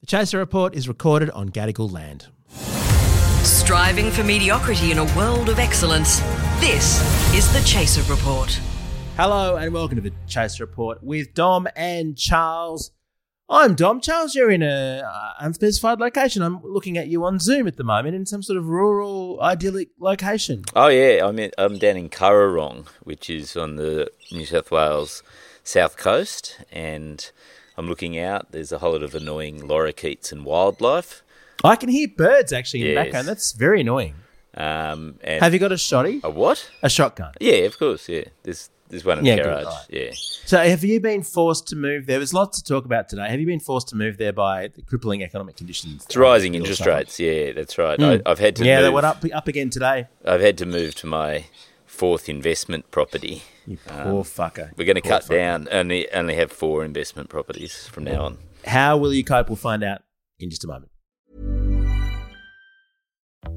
The Chaser Report is recorded on Gadigal land. Striving for mediocrity in a world of excellence. This is the Chaser Report. Hello and welcome to the Chaser Report with Dom and Charles. I'm Dom. Charles, you're in a uh, unspecified location. I'm looking at you on Zoom at the moment in some sort of rural, idyllic location. Oh yeah, I'm in, I'm down in Currawong, which is on the New South Wales south coast, and I'm looking out. There's a whole lot of annoying lorikeets and wildlife. I can hear birds actually in the Yes. background. That's very annoying. Um, and Have you got a shotty? a what? A shotgun. Yeah, of course. Yeah, there's there's one in Yeah, the good, garage. right. Yeah. So, have you been forced to move? There was lots to talk about today. Have you been forced to move there by the crippling economic conditions? It's rising interest rates. Yeah, that's right. I, I've had to Hmm. Yeah, move, they went up up again today. I've had to move to my fourth investment property. You poor fucker. Um, We're going to Poor cut fucker. down only only have four investment properties from now on. How will you cope? We'll find out in just a moment.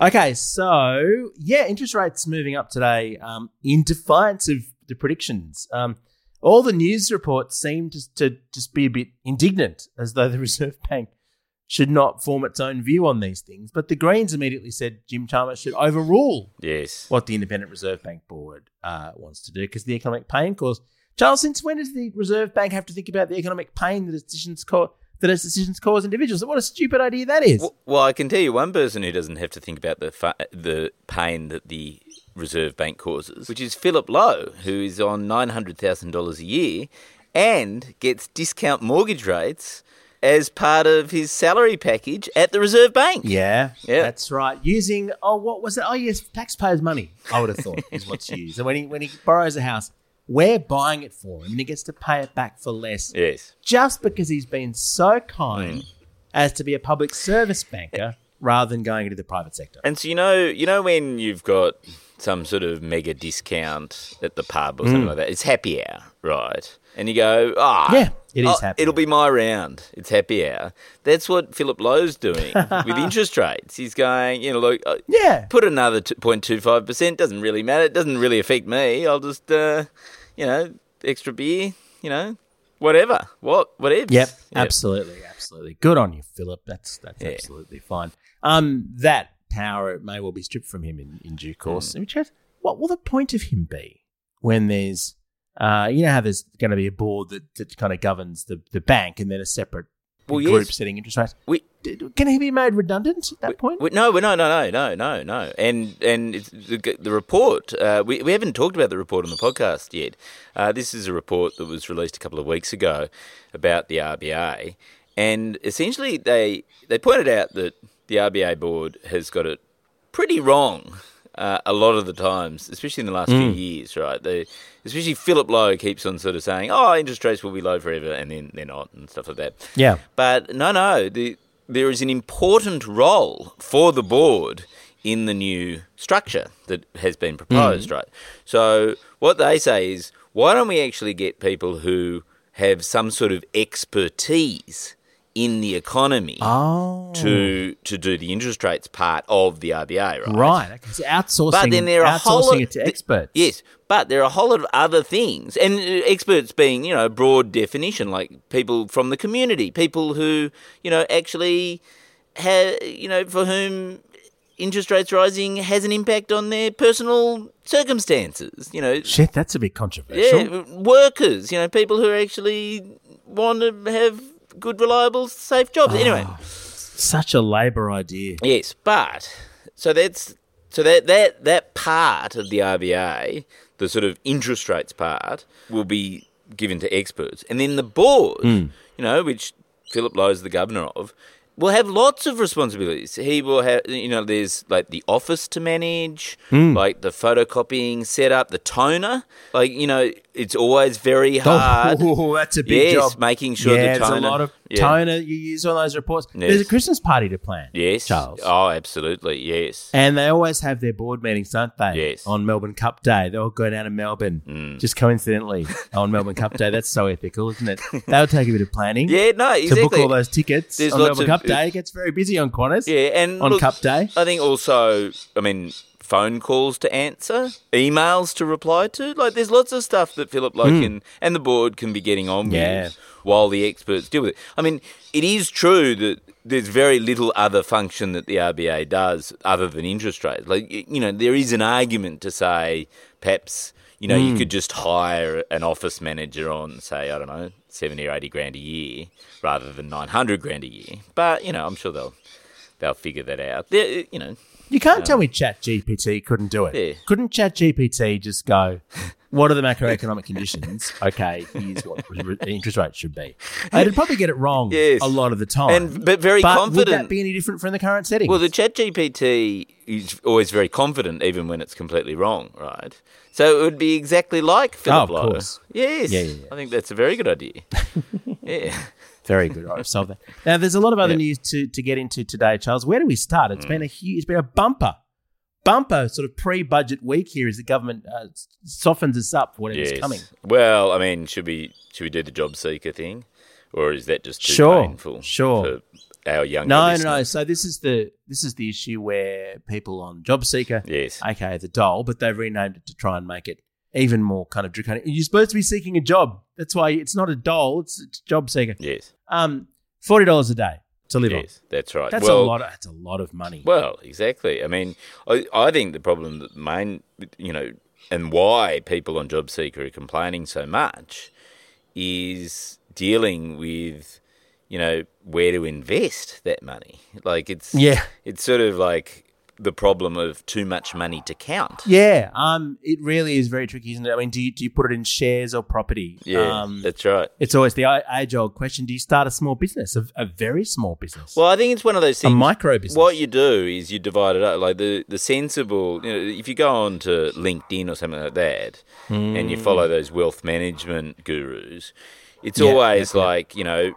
Okay, so yeah, interest rates moving up today um, in defiance of the predictions. Um, all the news reports seem to, to just be a bit indignant, as though the Reserve Bank should not form its own view on these things. But the Greens immediately said Jim Chalmers should overrule Yes. what the Independent Reserve Bank Board uh, wants to do because the economic pain caused. Charles, since when does the Reserve Bank have to think about the economic pain that its decisions cause that its decisions cause individuals? What a stupid idea that is! Well, well, I can tell you one person who doesn't have to think about the fa- the pain that the Reserve Bank causes, which is Philip Lowe, who is on nine hundred thousand dollars a year and gets discount mortgage rates as part of his salary package at the Reserve Bank. Yeah, Yeah. that's right. Using oh, what was it? Oh, yes, taxpayers' money. I would have thought is what's used. And when he when he borrows a house, we're buying it for him, and he gets to pay it back for less, Yes. just because he's been so kind as to be a public service banker rather than going into the private sector. And so you know, you know when you've got some sort of mega discount at the pub or something like that. It's happy hour, right? And you go, ah, Mm. Yeah, it is oh, happy It'll be my round. It's happy hour. That's what Philip Lowe's doing with interest rates. He's going, you know, look, uh, Yeah. put another 0.25 percent. Doesn't really matter. It doesn't really affect me. I'll just, uh, you know, extra beer. You know, whatever. What? Whatever. Yep, absolutely, absolutely. Good on you, Philip. That's that's Yeah. absolutely fine. Um, that power may well be stripped from him in, in Mm. due course. Which has, what will the point of him be when there's, uh, you know, how there's going to be a board that, that kind of governs the, the bank and then a separate Well, group yes. setting interest rates. We D- d- Can he be made redundant at that point? We, no, we- no, no, no, no, no, no. And and it's, the, the report uh, we we haven't talked about the report on the podcast yet. Uh, this is a report that was released a couple of weeks ago about the RBA, and essentially they they pointed out that the RBA board has got it pretty wrong. Uh, a lot of the times, especially in the last few years, right? They, especially Philip Lowe keeps on sort of saying, "Oh, interest rates will be low forever," and then they're not, and stuff like that. Yeah. But no, no, the, there is an important role for the board in the new structure that has been proposed, right? So what they say is, why don't we actually get people who have some sort of expertise in the economy Oh, to to do the interest rates part of the RBA, right? right. Okay. So outsourcing. But then there are a whole outsourcing lot, it to th- experts. Yes, but there are a whole lot of other things, and uh, experts being you know broad definition, like people from the community, people who you know actually have you know for whom interest rates rising has an impact on their personal circumstances. You know, Shit, that's a bit controversial. yeah, workers, you know, people who actually want to have good, reliable, safe jobs. Anyway, Ah. Such a Labor idea. Yes, but so that's so that that that part of the RBA, the sort of interest rates part, will be given to experts, and then the board, Hmm. you know, which Philip Lowe's the governor of. Will have lots of responsibilities. He will have, you know, there's like the Hmm. office to manage, like the photocopying setup, the toner. Like, you know, it's always very hard. Oh, that's a big yes, job. making sure yeah, the there's toner. a lot of yeah. toner you use on those reports. Yes. There's a Christmas party to plan. Yes. Charles. Oh, absolutely. Yes. And they always have their board meetings, don't they? Yes. Mm. On Melbourne Cup Day. They all go down to Melbourne, just coincidentally, on Melbourne Cup Day. That's so ethical, isn't it? That would take a bit of planning. yeah. No. To Exactly. book all those tickets There's on lots Melbourne of- Cup Day. It gets very busy on Qantas. yeah. And on look, Cup Day. I think also. I mean, phone calls to answer, emails to reply to. Like, there's lots of stuff that Philip Loken and the board can be getting on Hmm. Yeah. with while the experts deal with it. I mean, it is true that. There's very little other function that the RBA does other than interest rates. Like, y- you know, there is an argument to say perhaps, you know, Hmm. you could just hire an office manager on, say, I don't know, 70 or 80 grand a year rather than 900 grand a year. But, you know, I'm sure they'll they'll figure that out. There, you know, You can't tell me Chat GPT couldn't do it. Yeah. Couldn't Chat GPT just go, what are the macroeconomic conditions? Okay, here's what re- interest rates should be. And It'd probably get it wrong Yes. a lot of the time. And- but very Would that confident. be any different from the current setting? Well, the chat GPT is always very confident, even when it's completely wrong, right? So it would be exactly like Philip Oh, of Lowe. course. Yes. Yeah, yeah, yeah. I think that's a very good idea. yeah. Very good. All right, solve that. Now, there's a lot of other Yeah. Mm. news to, to get into today, Charles. Where do we start? It's been a huge, it's been a bumper, bumper sort of pre-budget week here as the government uh, s- softens us up for whatever's Yes. coming. Well, I mean, should we should we do the job seeker thing, or is that just too Sure, painful? sure. For our young. No, no, no. So this is the this is the issue where people on JobSeeker, Yes. okay, the dole, but they've renamed it to try and make it even more kind of draconian. You're supposed to be seeking a job. That's why it's not a dole; it's, it's JobSeeker. Yes. Um, forty dollars a day to live on. Yes. That's right. That's well, a lot. Of, that's a lot of money. Well, exactly. I mean, I, I think the problem, that the main, you know, and why people on JobSeeker are complaining so much is dealing with, you know, where to invest that money. Like it's Yeah. it's sort of like the problem of too much money to count. Yeah, um, it really is very tricky, isn't it? I mean, do you, do you put it in shares or property? Yeah, um, that's right. it's always the age old question: Do you start a small business, a, a very small business, Well, I think it's one of those a things. micro business? What you do is you divide it up. Like the, the sensible, you know, if you go on to LinkedIn or something like that and you follow those wealth management gurus, it's Hmm. Yeah, always like, you know,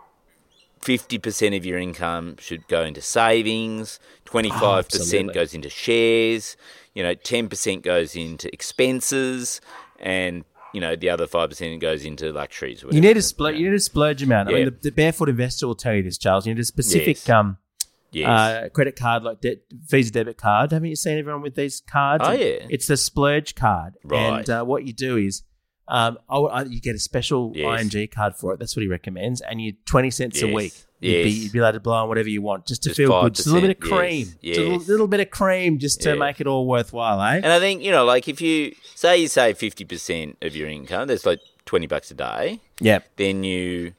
50% of your income should go into savings, 25% Oh, absolutely. goes into shares, you know, 10% goes into expenses, and, you know, the other 5% goes into luxuries. you Or whatever. need a splurge. You need a splurge amount. I mean, Yeah. the, the barefoot investor will tell you this, Charles. You need a specific Yes. um, Yes. uh, credit card, like de- Visa debit card. Haven't you seen everyone with these cards? Oh, And yeah. It's the splurge card. Right. And uh, what you do is um, oh, uh, you get a special Yes. ING card for it. That's what he recommends. And you 20 cents a Yes. week. You'd, be, Yes. you'd be allowed to blow on whatever you want just to Just feel good. Just a little bit of 5%, cream. yes, Just a yes. little, little bit of cream just to Yeah. make it all worthwhile, eh? And I think, you know, like if you say you save 50% of your income, that's like 20 bucks a day, yeah. then you,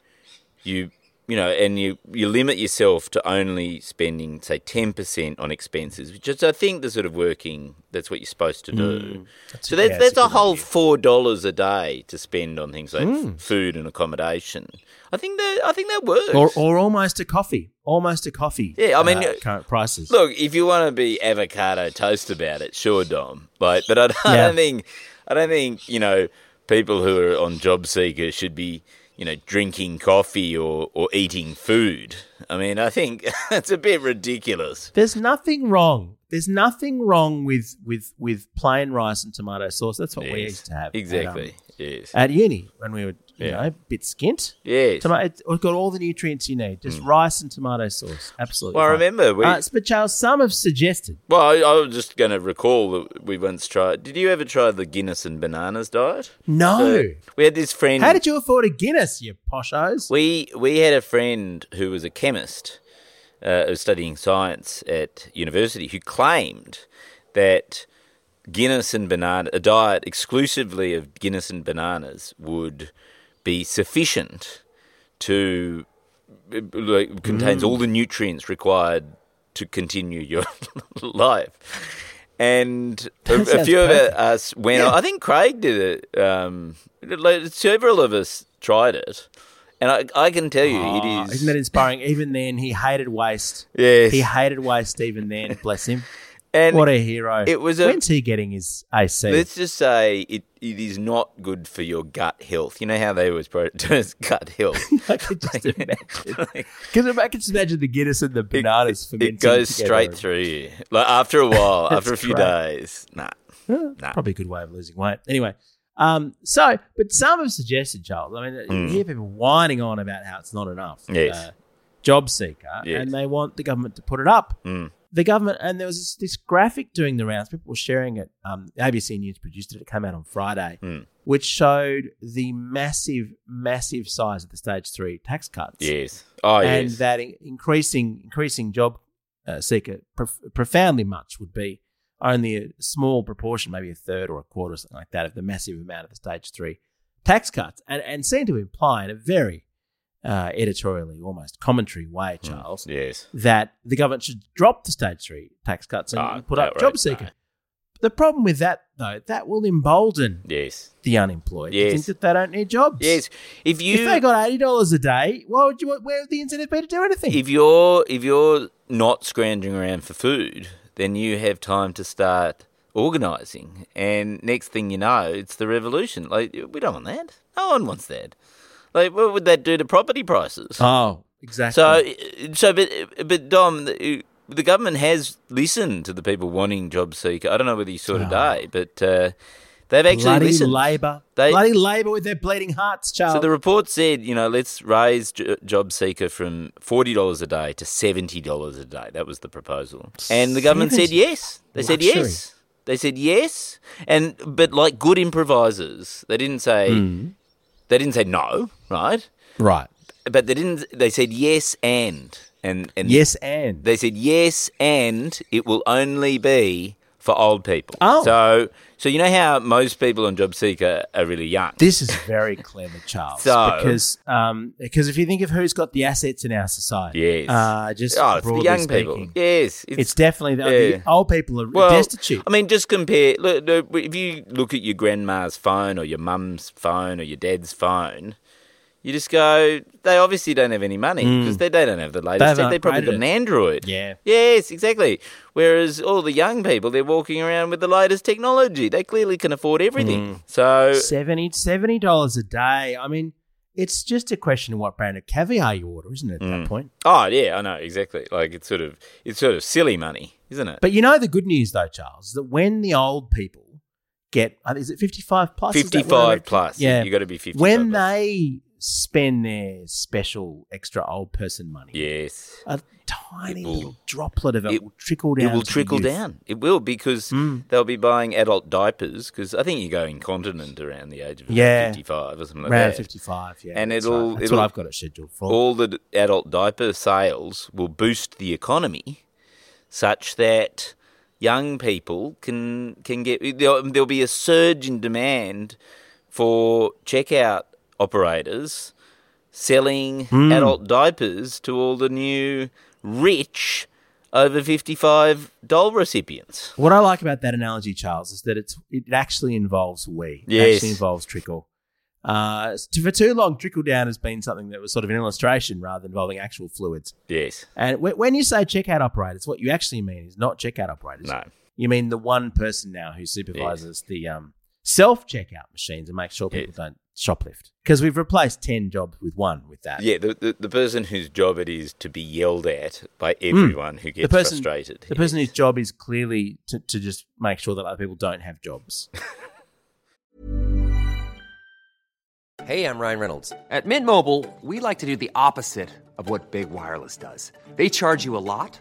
you, you know, and you, you limit yourself to only spending, say, 10% on expenses, which is, I think, the sort of working, that's what you're supposed to do. so yeah, that's, that's Mm. that's a a good whole $4 a day to spend on things like Mm. f- food and accommodation. I think that, I think that works. Or, or almost a coffee. Almost a coffee. uh, Yeah, I mean, uh, current prices. Look, if you want to be avocado toast about it, sure, Dom. Like, but I don't, I Yeah. don't think I don't think you know people who are on job seeker should be you know drinking coffee or or eating food. I mean, I think it's a bit ridiculous. There's nothing wrong. There's nothing wrong with with with plain rice and tomato sauce. That's what we Yes, used to have at, um, exactly. yes. at, uni when we were you Yeah. know a bit skint. Yes. Mm. Tomato, it- it's got all the nutrients you need. Just rice and tomato sauce. Absolutely. Well, I fine. remember we- Uh, but Charles, some have suggested. Well, I, I was just going to recall that we once tried. Did you ever try the Guinness and bananas diet? No. So we had this friend. How did you afford a Guinness, you poshos? We we had a friend who was a chemist, uh, who was studying science at university, who claimed that Guinness and banana a diet exclusively of Guinness and bananas would be sufficient to like, contains Mm. all the nutrients required to continue your life. And a, That a few sounds of perfect. uh, us went. I think Craig did it. Um, like, several of us tried it, and I, I can tell you, Ah, it is. Isn't that inspiring? Even then, he hated waste. yes, He hated waste even then. Bless him. And What a hero. it was a- When's he getting his AC? Let's just say it, it is not good for your gut health. You know how they always protest gut health. I could just imagine. Like, Because I could just imagine the Guinness and the bananas fermenting it goes together. straight through you. Like after a while, after a That's few great. days. Nah. Nah. Probably a good way of losing weight. Anyway, um, so but some have suggested, Joel. I mean, uh, you hear people whining on about how it's not enough. Hmm. uh, Yes. job seeker, Yes. and they want the government to put it up. Mm. The government, and there was this, this graphic doing the rounds. People were sharing it. Um, ABC News produced it. It came out on Friday, Mm. which showed the massive, massive size of the stage three tax cuts. Yes. Oh, and yes. that in- increasing increasing job uh, seeker prof- profoundly much would be only a small proportion, maybe a third or a quarter, or something like that, of the massive amount of the stage three tax cuts, and and seem to imply in a very uh, editorially almost commentary way, Hmm. Charles, yes. that the government should drop the stage three tax cuts and Ah, put up outright, job seeker. no. The problem with that though, that will embolden Yes. the unemployed Yes. to think that they don't need jobs. Yes. If you If they got eighty dollars a day, why would you? Where would the incentive be to do anything? if you're if you're not scrounging around for food, then you have time to start organising. And next thing you know, it's the revolution. Like we don't want that. No one wants that. Like what would that do to property prices? Oh, exactly. So so but but Dom. The, the government has listened to the people wanting job seeker. I don't know whether you saw today, but uh, they've actually bloody listened. Labor, They- bloody Labor with their bleeding hearts, Charles. So the report said, you know, let's raise j- job seeker from forty dollars a day to seventy dollars a day. That was the proposal, and the government said Seventy? yes. They said Luxury. yes. They said yes, and but like good improvisers, they didn't say Hmm. they didn't say no, right? right. But they didn't. They said yes and and and Yes, and They said yes, and it will only be for old people. Oh. so so you know how most people on job seeker are really young. this is very clever, Charles. So- because um, because if you think of who's got the assets in our society, Yes. uh, just oh, it's the broadly young speaking, people. Yes, it's, definitely the, the yeah. old people are well, destitute. I mean, just compare. Look, look, if you look at your grandma's phone or your mum's phone or your dad's phone, you just go. They obviously don't have any money because they, they don't have the latest. They've tech. They probably Hmm. upgraded got an Android. Yeah. Yes, exactly. Whereas all the young people, they're walking around with the latest technology. They clearly can afford Hmm. everything. So Seventy seventy dollars a day. I mean, it's just a question of what brand of caviar you order, isn't it? At that point. Oh yeah, I know exactly. Like it's sort of it's sort of silly money, isn't it? But you know the good news though, Charles, that when the old people get uh, is it fifty five plus? Is that what I read? fifty-five plus. Yeah. Yeah, you got to be fifty. When they spend their special extra old person money, yes, a tiny It will- little droplet of it, it- will trickle down. it will to the trickle youth. Hmm. down. It will because they'll be buying adult diapers because I think you go incontinent around the age of Yeah. fifty-five or something like Around that. fifty five, yeah. And that's it'll- right. that's it'll- what I've got it scheduled for. All the d- adult diaper sales will boost the economy, such that young people can can get there'll, there'll be a surge in demand for checkout operators selling Hmm. adult diapers to all the new rich over 55 doll recipients. What I like about that analogy, Charles, is that it's it actually involves we. It Yes. actually involves trickle. Uh, s- to- for too long, trickle down has been something that was sort of an illustration rather than involving actual fluids. Yes. And wh- when you say checkout operators, what you actually mean is not checkout operators. No. You mean the one person now who supervises the um, self checkout machines and makes sure people Yes. don't shoplift. Because we've replaced 10 jobs with one with that. Yeah, the, the the person whose job it is to be yelled at by everyone who Hmm. The gets person, frustrated. the person Yes. whose job is clearly to, to just make sure that other people don't have jobs. Hey, I'm Ryan Reynolds. At Mint Mobile, we like to do the opposite of what Big Wireless does. They charge you a lot,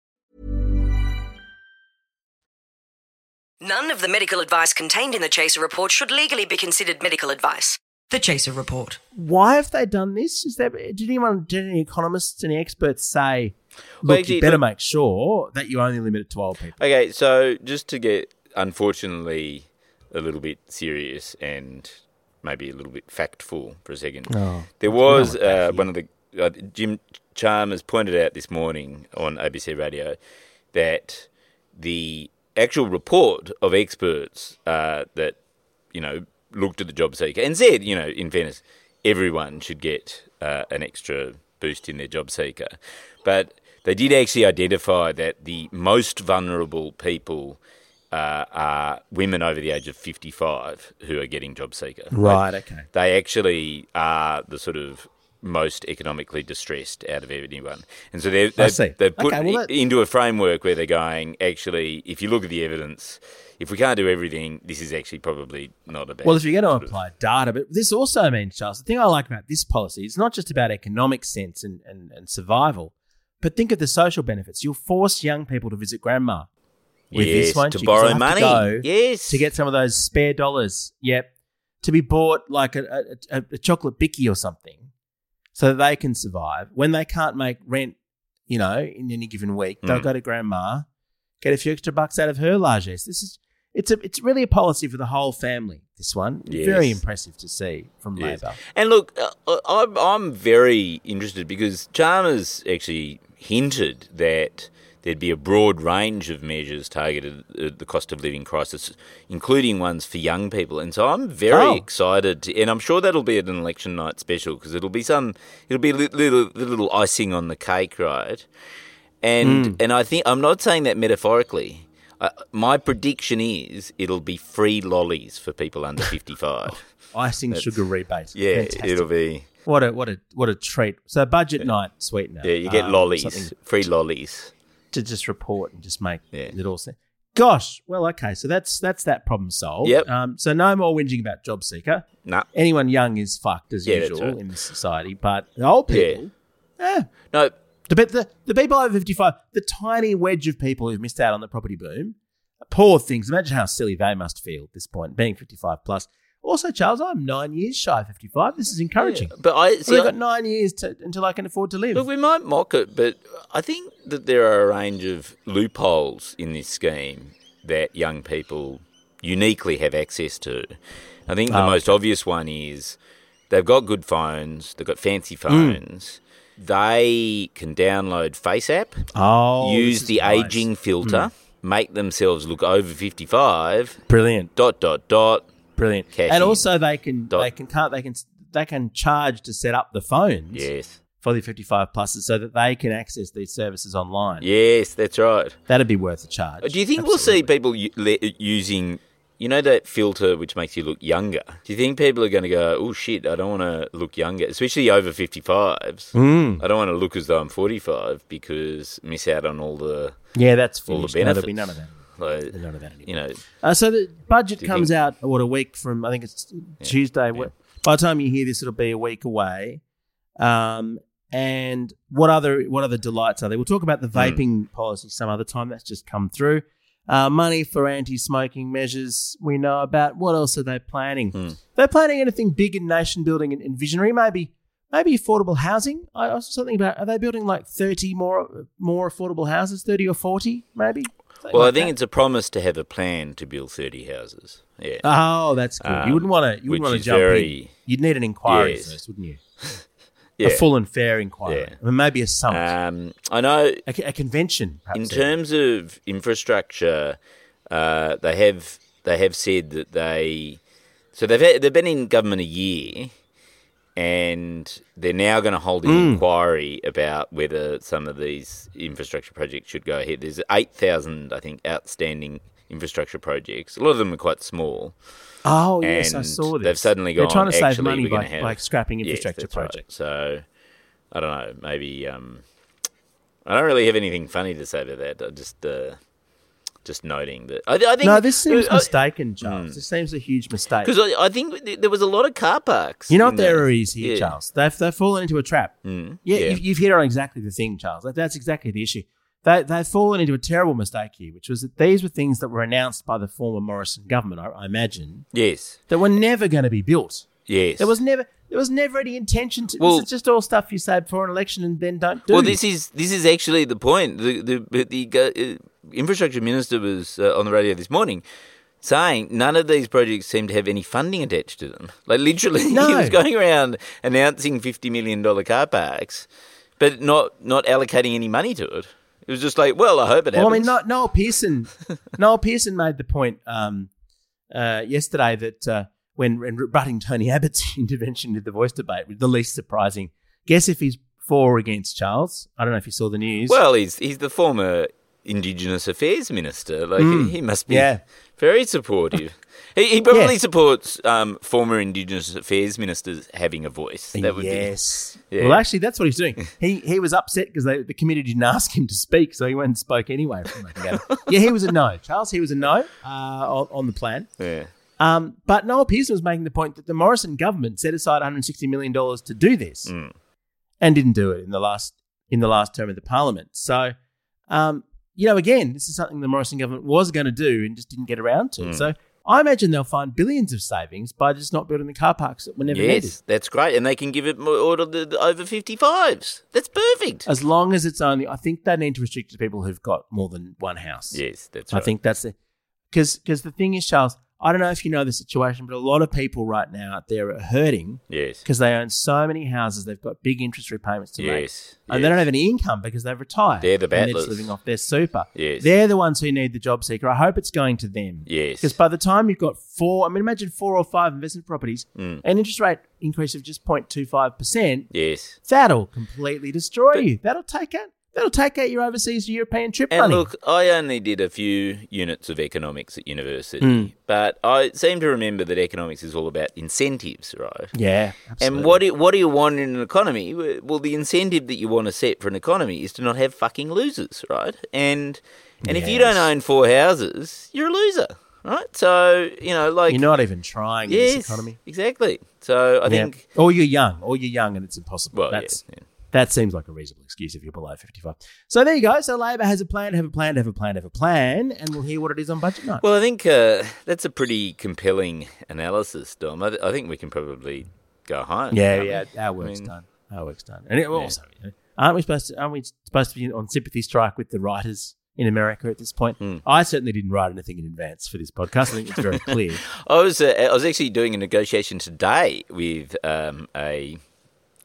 None of the medical advice contained in the Chaser Report should legally be considered medical advice. The Chaser Report. Why have they done this? Is there, did anyone, did any economists, any experts say, look, Well, you actually, better look- make sure that you only limit it to old people? Okay, so just to get unfortunately a little bit serious and maybe a little bit factful for a second. there was uh, one of the uh, Jim Chalmers pointed out this morning on ABC Radio that the actual report of experts uh, that you know looked at the job seeker and said, you know, in fairness, everyone should get uh, an extra boost in their job seeker, but they did actually identify that the most vulnerable people uh, are women over the age of 55 who are getting job seeker. Right, okay. They actually are the sort of most economically distressed out of anyone. And so they've, I they've, see. they've put Okay, well, i- that- into a framework where they're going, actually, if you look at the evidence, if we can't do everything, this is actually probably not a bad Well, if you're going sort to of- apply data, but this also means, Charles, the thing I like about this policy, it's not just about economic sense and, and, and survival, but think of the social benefits. You'll force young people to visit grandma with Yes, this, won't to you? 'Cause borrow they'll have money. to go yes. To get some of those spare dollars. Yep. To be bought like a, a, a, a chocolate bicky or something so that they can survive. When they can't make rent, you know, in any given week, they'll Mm. go to grandma, get a few extra bucks out of her largesse. This is it's a it's really a policy for the whole family. This one Yes. very impressive to see from Yes. Labor. And look, uh, I'm, I'm very interested because Chalmers actually hinted that there'd be a broad range of measures targeted at the cost of living crisis, including ones for young people. And so I'm very Oh. excited, to, and I'm sure that'll be at an election night special because it'll be some, it'll be a li- little, little icing on the cake, right? And Hmm. and I think I'm not saying that metaphorically. Uh, my prediction is it'll be free lollies for people under 55. Icing sugar rebate. Yeah, Fantastic. it'll be. what a what a what a treat. So budget night sweetener. Yeah, you get Um, lollies, something free lollies. to just report and just make Yeah. it all sense. Gosh, well, okay, so that's that's that problem solved. Yep. Um, so no more whinging about job seeker. Nah. Anyone young is fucked as Yeah, that's usual right. in this society, but the old people, eh, No, the, bit- the the people over fifty five, the tiny wedge of people who've missed out on the property boom, poor things. Imagine how silly they must feel at this point, being fifty five plus. Also, Charles, I'm nine years shy of fifty five. This is encouraging. yeah, but I so see. I've I- got nine years to, until I can afford to live. Look, we might mock it, but I think that there are a range of loopholes in this scheme that young people uniquely have access to. I think the Oh. most obvious one is they've got good phones, they've got fancy phones. They can download Face app, oh, this use is the nice. Hmm. aging filter, make themselves look over 55, Brilliant. dot, dot, dot. Brilliant. Cash and in. also they can Dot. they can can't they can they can charge to set up the phones Yes. for the 55 pluses so that they can access these services online. Yes, that's right. That'd be worth a charge. Do you think we'll see people u- le- using, you know, that filter which makes you look younger? Do you think people are going to go, oh shit, I don't want to look younger, especially over 55s? Mm. I don't want to look as though I'm 45 because miss out on all the, Yeah, that's all the finished. benefits. No, there'll be none of that. Like, None of that anymore. you know, Uh, so the budget Do you comes think- out what a week from I think it's Tuesday. By the time you hear this, it'll be a week away. Um, and what other what other delights are there? We'll talk about the Hmm. vaping policy some other time. That's just come through. Uh, money for anti-smoking measures we know about. What else are they planning? Hmm. They're planning anything big in nation building and, and visionary. Maybe maybe affordable housing. I I saw something about are they building like thirty more more affordable houses, thirty or forty maybe. Something well, I like think that. it's a promise to have a plan to build 30 houses. Yeah. Oh, that's good. you Um, wouldn't want to. You which wouldn't want to is jump in. very- You'd need an inquiry Yes. first, wouldn't you? A yeah. full and fair inquiry. Yeah. I mean, maybe a summit, um, I know a, a convention. Perhaps In terms of infrastructure, uh, they have they have said that they so they've had, they've been in government a year, and they're now going to hold an inquiry about whether some of these infrastructure projects should go ahead. There's eight thousand, I think, outstanding infrastructure projects. A lot of them are quite small. Oh yes, I and saw this. they've suddenly They're gone, trying to save "Actually, money we're by, gonna have- by scrapping Yes, infrastructure that's right. projects. So I don't know. Maybe um, I don't really have anything funny to say about that. I just uh, just noting that I, I think No, this seems I- mistaken, Charles. This seems a huge mistake. Because I, I think th- there was a lot of car parks. You know in what their there. is here, Yeah. Mm. Charles? They've, they've fallen into a trap. yeah, yeah. You've, you've hit on exactly the thing, Charles. That, that's exactly the issue. They, they've fallen into a terrible mistake here, which was that these were things that were announced by the former Morrison government, I, I imagine, Yes, that were never going to be built. yes. There was never there was never any intention to. Well- this is just all stuff you say before an election and then don't do. Well, this is this is actually the point. The the the, the uh, infrastructure minister was uh, on the radio this morning saying none of these projects seem to have any funding attached to them. Like literally, he No. was going around announcing fifty million dollar car parks, but not not allocating any money to it. It was just like, well, I hope it Well, I mean, happens. no, Noel Pearson, Noel Pearson made the point um, uh, yesterday that uh, when, when rebutting Tony Abbott's intervention in the voice debate, was the least surprising. Guess if he's for or against Charles. I don't know if you saw the news. Well, he's he's the former Indigenous Affairs Minister. Like he, he must be Mm. yeah. very supportive. he, he probably Yeah. supports um, former Indigenous Affairs Ministers having a voice. That would yes. Yeah. Well, actually, that's what he's doing. He he was upset because the committee didn't ask him to speak, so he went and spoke anyway. from what I can gather. yeah, he was a no, Charles. He was a no uh, on, on the plan. be yeah. Um, but Noel Pearson was making the point that the Morrison government set aside 160 million dollars to do this, Mm. and didn't do it in the last in the last term of the Parliament. So, um, you know, again, this is something the Morrison government was going to do and just didn't get around Mm. to. So, I imagine they'll find billions of savings by just not building the car parks that were never needed, Yes, that's great, and they can give it more order the, the over fifty fives. That's perfect. as long as it's only. I think they need to restrict it to people who've got more than one house. yes, that's I right. think that's the because because the thing is, Charles. I don't know if you know the situation, but a lot of people right now out there are hurting. yes, because they own so many houses, they've got big interest repayments to make, yes, and yes. they don't have any income because they've retired. They're the and they're battlers. just living off their super. Yes. they're the ones who need the job seeker. I hope it's going to them. Yes. because by the time you've got four, I mean, imagine four or five investment properties, Mm. an interest rate increase of just 0.25 percent. yes. That'll completely destroy you. That'll take out. That'll take out your overseas European trip And money. look, I only did a few units of economics at university, Mm. but I seem to remember that economics is all about incentives, right? yeah, absolutely. And what do, what do you want in an economy? Well, the incentive that you want to set for an economy is to not have fucking losers, right? And and if you don't Yes. own four houses, you're a loser, right? So you know, like you're not even trying in this yes, economy. exactly. So I Yeah. think or you're young, or you're young, and it's impossible. well, That's yeah, yeah. That seems like a reasonable excuse if you're below 55. So there you go. So Labor has a plan, have a plan, have a plan, have a plan, and we'll hear what it is on budget night. Well, I think uh, that's a pretty compelling analysis, Dom. I, th- I think we can probably go home. yeah, can't yeah, we? our work's I mean, done. Our work's done. And it also, you know, aren't we supposed to? Aren't we supposed to be on sympathy strike with the writers in America at this point? Hmm. I certainly didn't write anything in advance for this podcast. I think it's very clear. I was uh, I was actually doing a negotiation today with um, a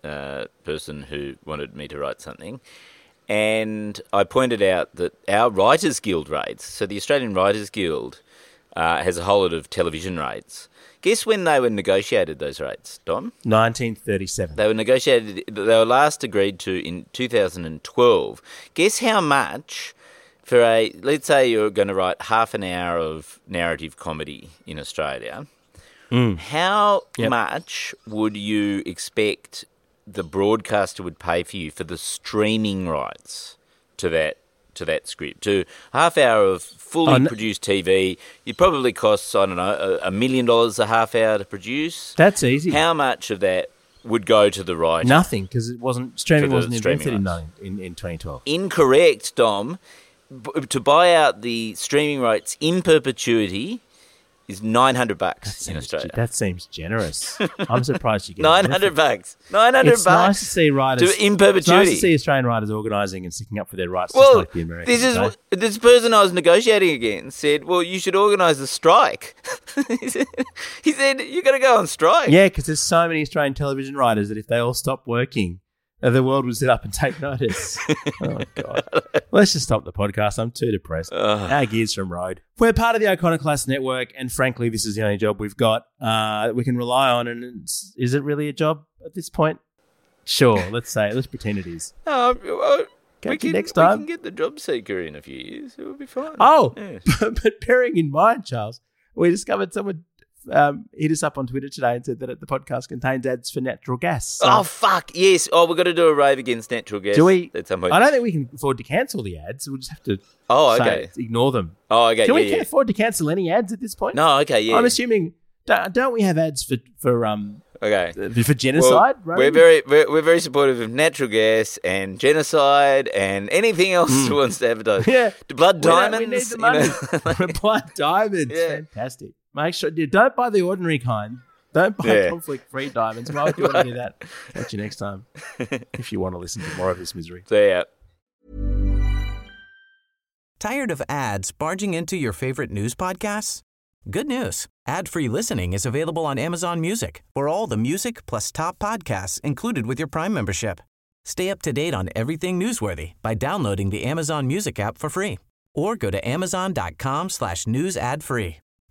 uh, person who wanted me to write something, and I pointed out that our Writers Guild rates, so the Australian Writers Guild, uh, has a whole lot of television rates. Guess when they were negotiated those rates, Dom? 1937. They were negotiated. They were last agreed to in 2012. Guess how much for a let's say you're going to write half an hour of narrative comedy in Australia. How much would you expect the broadcaster would pay for you for the streaming rights to that to that script to a half hour of fully Oh, no- produced TV? It probably costs I don't know a, a million dollars a half hour to produce. That's easy. How much of that would go to the writer? Nothing because it wasn't streaming For the wasn't streaming invented in, rights. nine, in in 2012. Incorrect, Dom. B- to buy out the streaming rights in perpetuity is nine hundred bucks in Seems Australia. ge- that seems generous. I'm surprised you get Nine hundred bucks. Nine hundred It's nice to bucks. see writers to- in It's nice perpetuity. to see Australian writers organising and sticking up for their rights, just well, like the Americans. this is eh? what- this person I was negotiating against said, "Well, you should organise a strike." he said, "He said you're going to go on strike." yeah, because there's so many Australian television writers that if they all stopped working, uh, the world would sit up and take notice. oh God! Let's just stop the podcast. I'm too depressed. Our gears from road. We're part of the Iconoclast Network, and frankly, this is the only job we've got uh, that we can rely on. And it's, is it really a job at this point? Sure. Let's say. Let's pretend it is. Oh, well, Catch we you can, next we time. can get the job seeker in a few years. It will be fine. Oh, Yes. but, but bearing in mind, Charles, we discovered someone um, hit us up on Twitter today and said that the podcast contains ads for natural gas. So oh fuck! Yes. Oh, we've got to do a rave against natural gas. do we? At some point. I don't think we can afford to cancel the ads. We'll just have to. Oh, say okay. it, ignore them. Oh, okay. Can yeah, we yeah. afford to cancel any ads at this point? No, okay, yeah. I'm assuming. Don't, don't we have ads for for um okay. for Well, genocide? Roman? we're very we're, we're very supportive of natural gas and genocide and anything else that wants to advertise. Hmm. Yeah. blood We don't- diamonds. We need the you money. know? Reply diamonds. Yeah. Fantastic. Make sure you don't buy the ordinary kind. Don't buy Yeah. conflict free diamonds. Why would you want to do that? Catch you next time if you want to listen to more of this misery. so yeah. Tired of ads barging into your favorite news podcasts? Good news. Ad-free listening is available on Amazon Music for all the music plus top podcasts included with your Prime membership. Stay up to date on everything newsworthy by downloading the Amazon Music app for free or go to amazon.com slash news ad free.